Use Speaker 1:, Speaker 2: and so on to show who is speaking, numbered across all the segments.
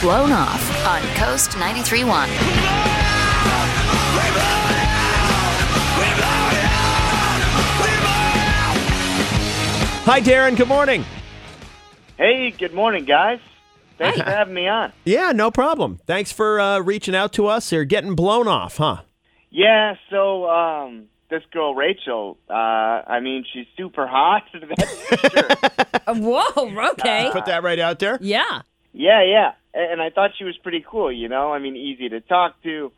Speaker 1: Blown Off on Coast 93.1.
Speaker 2: Hi, Darren. Good morning.
Speaker 3: Hey, good morning, guys. Thanks for having me on.
Speaker 2: Yeah, no problem. Thanks for uh, reaching out to us. You're getting blown off, huh?
Speaker 3: Yeah, so um, this girl Rachel, uh, I mean, she's super hot. That's for sure.
Speaker 4: Uh, Whoa, okay.
Speaker 2: Put that right out there.
Speaker 4: yeah.
Speaker 3: Yeah, yeah. A- And I thought she was pretty cool, you know? I mean, easy to talk to.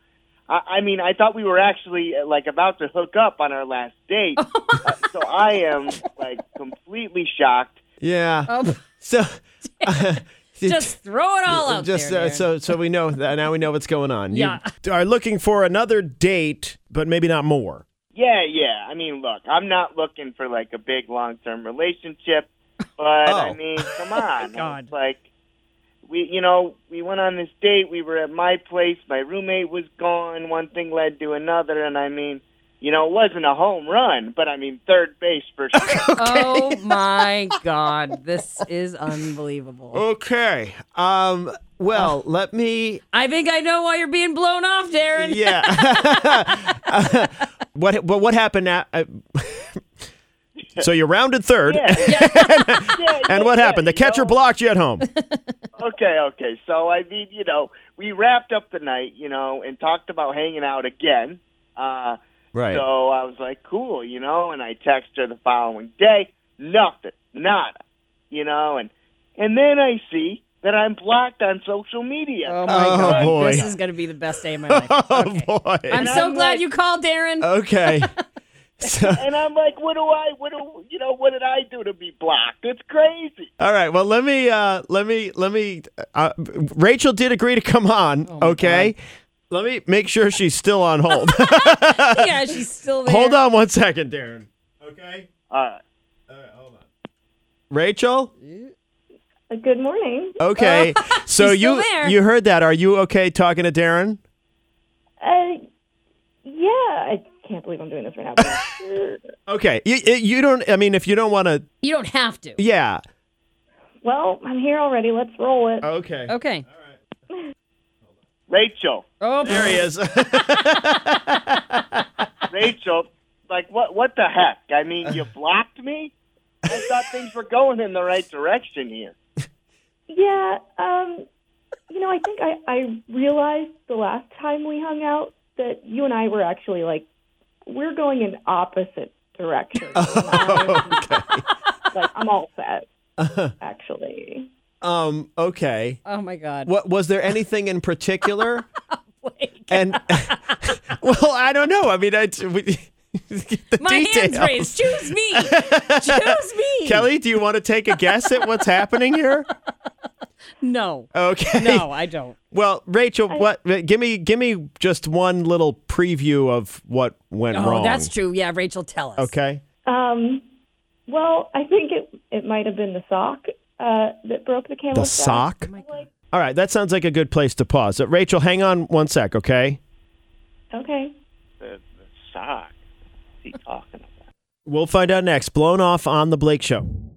Speaker 3: I, I mean, I thought we were actually uh, like about to hook up on our last date. uh, so I am like completely shocked.
Speaker 2: Yeah.
Speaker 4: Oh,
Speaker 2: So
Speaker 4: just throw it all out
Speaker 2: just
Speaker 4: there.
Speaker 2: uh,
Speaker 4: Darren.
Speaker 2: so so we know that now we know what's going on. You
Speaker 4: Yeah.
Speaker 2: are looking for another date, but maybe not more.
Speaker 3: Yeah, yeah. I mean, look, I'm not looking for like a big long term relationship, but
Speaker 2: Oh.
Speaker 3: I mean, come on.
Speaker 4: God.
Speaker 3: It's like we you know, we went on this date, we were at my place, my roommate was gone, one thing led to another and I mean, you know, it wasn't a home run, but I mean third base for sure.
Speaker 4: Oh my God, this is unbelievable.
Speaker 2: Okay. Um well, let me
Speaker 4: I think I know why you're being blown off, Darren.
Speaker 2: yeah. what but what happened now? Uh, I- so you rounded third.
Speaker 3: yeah, yeah, yeah,
Speaker 2: And what
Speaker 3: yeah,
Speaker 2: happened? The
Speaker 3: you know?
Speaker 2: catcher blocked you at home.
Speaker 3: Okay, okay. So I mean, you know, we wrapped up the night, you know, and talked about hanging out again. Uh
Speaker 2: Right.
Speaker 3: So I was like, cool, you know, and I text her the following day, nothing, nada, you know, and and then I see that I'm blocked on social media. Uh,
Speaker 4: Oh my
Speaker 2: Oh,
Speaker 4: God,
Speaker 2: boy.
Speaker 4: this is gonna be the best day of my life. Okay.
Speaker 2: Oh boy.
Speaker 4: I'm
Speaker 3: And
Speaker 4: so
Speaker 3: I'm
Speaker 4: glad
Speaker 3: like-
Speaker 4: you called,
Speaker 2: uh,
Speaker 4: Darren.
Speaker 2: okay. So-
Speaker 3: And I'm like, what do I, what do, you know, what did I do to be blocked? It's crazy.
Speaker 2: All right. Well, let me uh, let me let me. Uh, Rachel did agree to come on.
Speaker 4: Oh,
Speaker 2: okay. Let me make sure she's still on hold.
Speaker 4: yeah, she's still there.
Speaker 2: hold on one second, Darren. Okay.
Speaker 3: All right.
Speaker 2: Rachel.
Speaker 5: Uh, Good morning.
Speaker 2: Okay. so
Speaker 4: Oh. She's still
Speaker 2: you
Speaker 4: there.
Speaker 2: you heard that? Are you okay talking to Darren?
Speaker 5: Uh, yeah, I can't believe I'm doing this right now. but sure.
Speaker 2: Okay. You you- you don't. I mean, if you don't want to,
Speaker 4: You don't have to.
Speaker 2: yeah.
Speaker 5: well, I'm here already. Let's roll it.
Speaker 2: Okay.
Speaker 4: Okay.
Speaker 3: Rachel,
Speaker 4: Oh,
Speaker 2: There he is.
Speaker 3: Rachel, like, what, what the heck? I mean, you blocked me? I thought things were going in the right direction here.
Speaker 5: Yeah, um, you know, I think I, I realized the last time we hung out that you and I were actually like, we're going in opposite directions. like, I'm all set,
Speaker 2: Uh-huh.
Speaker 5: actually.
Speaker 2: um. Okay.
Speaker 4: oh my God.
Speaker 2: What was there anything in particular?
Speaker 4: Oh, Blake.
Speaker 2: and well, I don't know. I mean, I. We, the
Speaker 4: My
Speaker 2: details.
Speaker 4: hands raised. Choose me. Choose me.
Speaker 2: Kelly, do you want to take a guess at what's happening here?
Speaker 4: No.
Speaker 2: Okay.
Speaker 4: No, I don't.
Speaker 2: Well, Rachel, what? Give me, give me just one little preview of what went
Speaker 4: Oh,
Speaker 2: wrong.
Speaker 4: that's true. Yeah, Rachel, tell us.
Speaker 2: Okay.
Speaker 5: Um, well, I think it, it might have been the sock uh, that broke the camel's
Speaker 2: The
Speaker 5: back.
Speaker 2: sock. All right, that sounds like a good place to pause. Uh, Rachel, hang on one sec, okay?
Speaker 5: Okay.
Speaker 3: The, the sock. What's he talking about?
Speaker 2: We'll find out next. Blown off on the Blake Show.